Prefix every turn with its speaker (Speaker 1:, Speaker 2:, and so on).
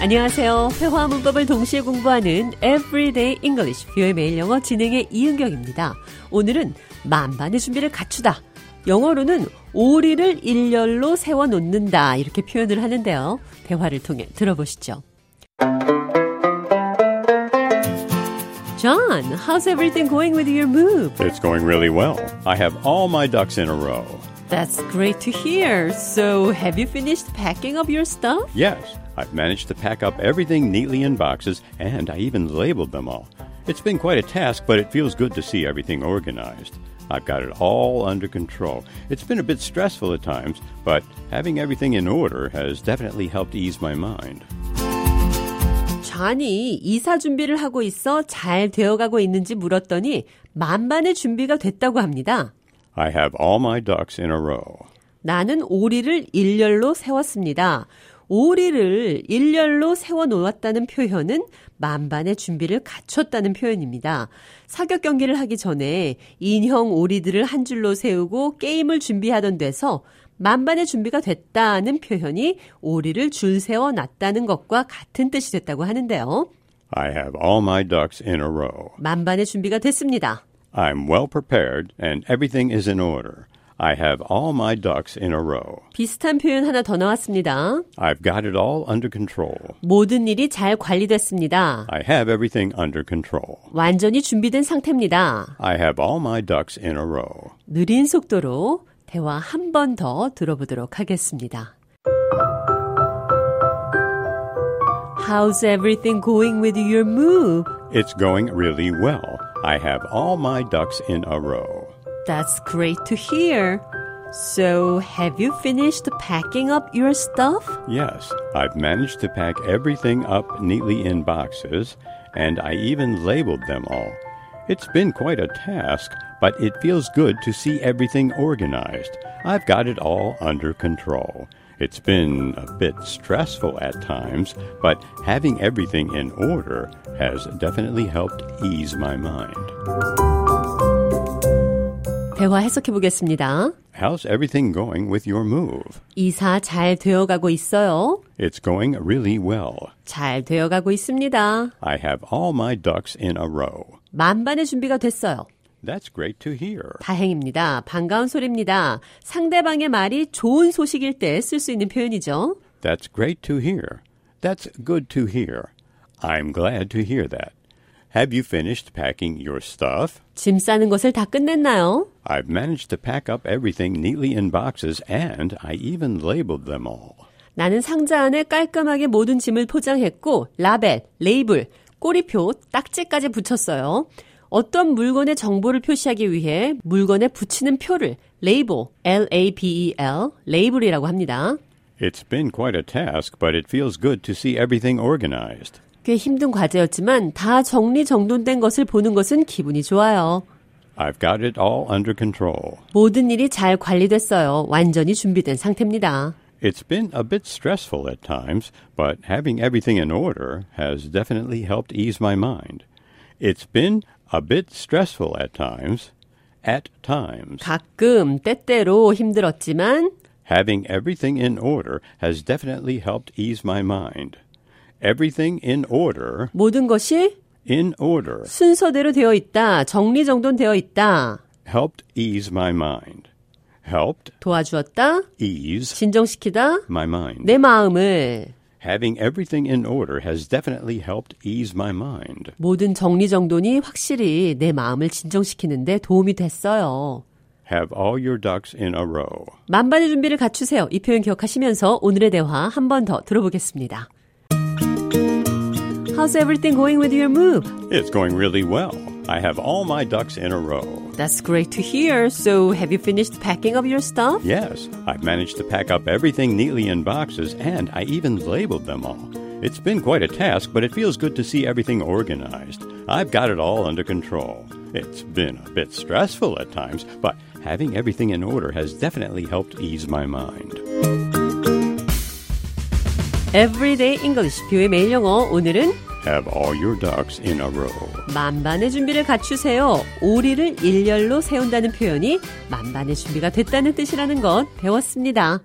Speaker 1: 안녕하세요. 회화 문법을 동시에 공부하는 Everyday English 뷰의 매일 영어 진행의 이은경입니다. 오늘은 만반의 준비를 갖추다. 영어로는 오리를 일렬로 세워 놓는다 이렇게 표현을 하는데요. 대화를 통해 들어보시죠. John, how's everything going with your move?
Speaker 2: It's going really well. I have all my ducks in a row.
Speaker 1: That's great to hear. So, have you finished packing up your stuff?
Speaker 2: Yes, I've managed to pack up everything neatly in boxes, and I even labeled them all. It's been quite a task, but it feels good to see everything organized. I've got it all under control. It's been a bit stressful at times, but having everything in order has definitely helped ease my mind.
Speaker 1: 좌니 이사 준비를 하고 있어 잘 되어가고 있는지 물었더니 만반의 준비가 됐다고 합니다.
Speaker 2: I have all my ducks in a row.
Speaker 1: 나는 오리를 일렬로 세웠습니다. 오리를 일렬로 세워놓았다는 표현은 만반의 준비를 갖췄다는 표현입니다. 사격 경기를 하기 전에 인형 오리들을 한 줄로 세우고 게임을 준비하던 데서 만반의 준비가 됐다는 표현이 오리를 줄 세워놨다는 것과 같은 뜻이 됐다고 하는데요.
Speaker 2: I have all my ducks in a row.
Speaker 1: 만반의 준비가 됐습니다.
Speaker 2: I'm well prepared, and everything is in order. I have all my ducks in a row.
Speaker 1: 비슷한 표현 하나 더 나왔습니다.
Speaker 2: I've got it all under control.
Speaker 1: 모든 일이 잘 관리됐습니다.
Speaker 2: I have everything under control.
Speaker 1: 완전히 준비된 상태입니다.
Speaker 2: I have all my ducks in a row.
Speaker 1: 느린 속도로 대화 한 번 더 들어보도록 하겠습니다. How's everything going with your move?
Speaker 2: It's going really well. I have all my ducks in a row.
Speaker 1: That's great to hear. So, have you finished packing up your stuff?
Speaker 2: Yes, I've managed to pack everything up neatly in boxes, and I even labeled them all. It's been quite a task, but it feels good to see everything organized. I've got it all under control. It's been a bit stressful at times, but having everything in order has definitely helped ease my mind.
Speaker 1: 대화 해석해 보겠습니다.
Speaker 2: How's everything going with your move?
Speaker 1: 이사 잘 되어가고 있어요.
Speaker 2: It's going really well.
Speaker 1: 잘 되어가고 있습니다.
Speaker 2: I have all my ducks in a row.
Speaker 1: 만반의 준비가 됐어요.
Speaker 2: That's great to hear.
Speaker 1: 다행입니다. 반가운 소리입니다. 상대방의 말이 좋은 소식일 때 쓸 수 있는 표현이죠.
Speaker 2: That's great to hear. That's good to hear. I'm glad to hear that. Have you finished packing your stuff?
Speaker 1: 짐 싸는 것을 다 끝냈나요?
Speaker 2: I've managed to pack up everything neatly in boxes and I even labeled them all.
Speaker 1: 나는 상자 안에 깔끔하게 모든 짐을 포장했고 라벨, 레이블, 꼬리표, 딱지까지 붙였어요. 어떤 물건의 정보를 표시하기 위해 물건에 붙이는 표를 레이블, L-A-B-E-L, E 레이블이라고 합니다.
Speaker 2: It's been quite a task, but it feels good to see everything organized.
Speaker 1: 꽤 힘든 과제였지만 다 정리정돈된 것을 보는 것은 기분이 좋아요.
Speaker 2: I've got it all under control.
Speaker 1: 모든 일이 잘 관리됐어요. 완전히 준비된 상태입니다.
Speaker 2: It's been a bit stressful at times, but having everything in order has definitely helped ease my mind. It's been a bit stressful at times. At times.
Speaker 1: 가끔 때때로 힘들었지만
Speaker 2: Having everything in order has definitely helped ease my mind. Everything in order.
Speaker 1: 모든 것이
Speaker 2: In order.
Speaker 1: 순서대로 되어 있다. 정리정돈되어 있다.
Speaker 2: Helped ease my mind. Helped
Speaker 1: 도와주었다.
Speaker 2: ease
Speaker 1: 진정시키다.
Speaker 2: my mind.
Speaker 1: 내 마음을
Speaker 2: Having everything in order has definitely helped ease my mind.
Speaker 1: 모든 정리정돈이 확실히 내 마음을 진정시키는데 도움이 됐어요.
Speaker 2: Have all your ducks in a row.
Speaker 1: 만반의 준비를 갖추세요. 이 표현 기억하시면서 오늘의 대화 한 번 더 들어보겠습니다. How's everything going with your move?
Speaker 2: It's going really well. I have all my ducks in a row.
Speaker 1: That's great to hear. So, have you finished packing up your stuff?
Speaker 2: Yes, I've managed to pack up everything neatly in boxes, and I even labeled them all. It's been quite a task, but it feels good to see everything organized. I've got it all under control. It's been a bit stressful at times, but having everything in order has definitely helped ease my mind.
Speaker 1: Everyday English, 뷰의 매일 영어. 오늘은
Speaker 2: Have all your ducks in a row.
Speaker 1: 만반의 준비를 갖추세요. 오리를 일렬로 세운다는 표현이 만반의 준비가 됐다는 뜻이라는 것 배웠습니다.